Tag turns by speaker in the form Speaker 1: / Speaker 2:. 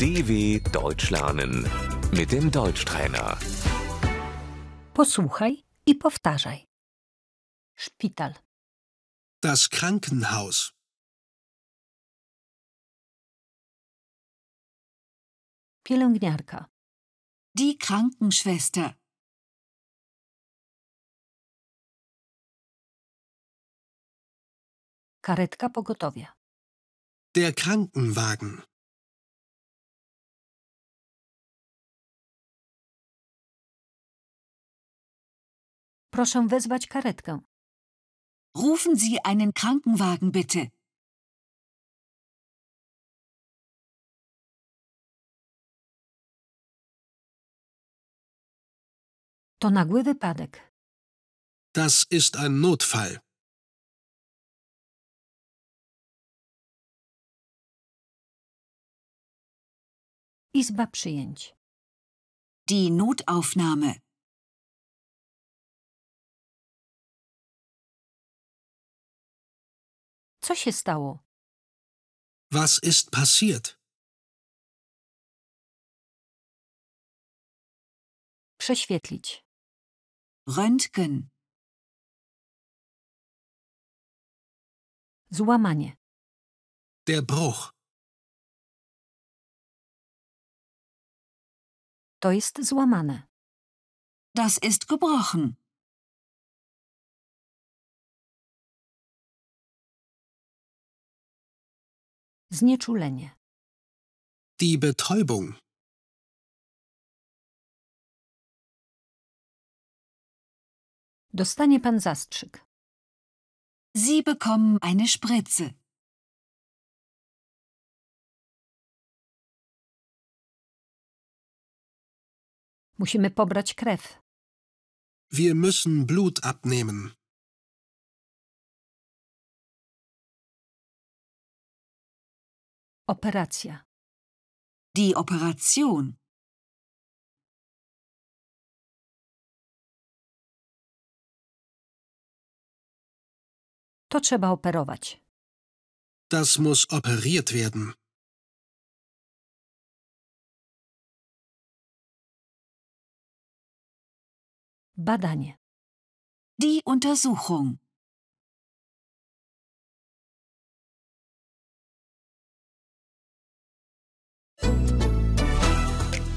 Speaker 1: DW Deutsch lernen mit dem Deutschtrainer.
Speaker 2: Posłuchaj i powtarzaj. Szpital,
Speaker 3: Das Krankenhaus.
Speaker 2: pielęgniarka,
Speaker 4: Die Krankenschwester.
Speaker 2: karetka pogotowia,
Speaker 3: Der Krankenwagen.
Speaker 2: proszę wezwać karetkę,
Speaker 4: Rufen Sie einen Krankenwagen bitte.
Speaker 2: to nagły wypadek.
Speaker 3: Das ist ein Notfall.
Speaker 2: Izba przyjęć,
Speaker 4: Die Notaufnahme.
Speaker 2: co się stało?
Speaker 3: Was ist passiert?
Speaker 2: Prześwietlić,
Speaker 4: Röntgen.
Speaker 2: złamanie,
Speaker 3: Der Bruch.
Speaker 2: to jest złamane,
Speaker 4: Das ist gebrochen.
Speaker 2: znieczulenie,
Speaker 3: Die Betäubung.
Speaker 2: dostanie pan zastrzyk,
Speaker 4: Sie bekommen eine Spritze.
Speaker 2: musimy pobrać krew,
Speaker 3: Wir müssen Blut abnehmen.
Speaker 2: operacja,
Speaker 4: Die Operation.
Speaker 2: to trzeba operować.
Speaker 3: Das muss operiert werden.
Speaker 2: Badanie,
Speaker 4: Die Untersuchung.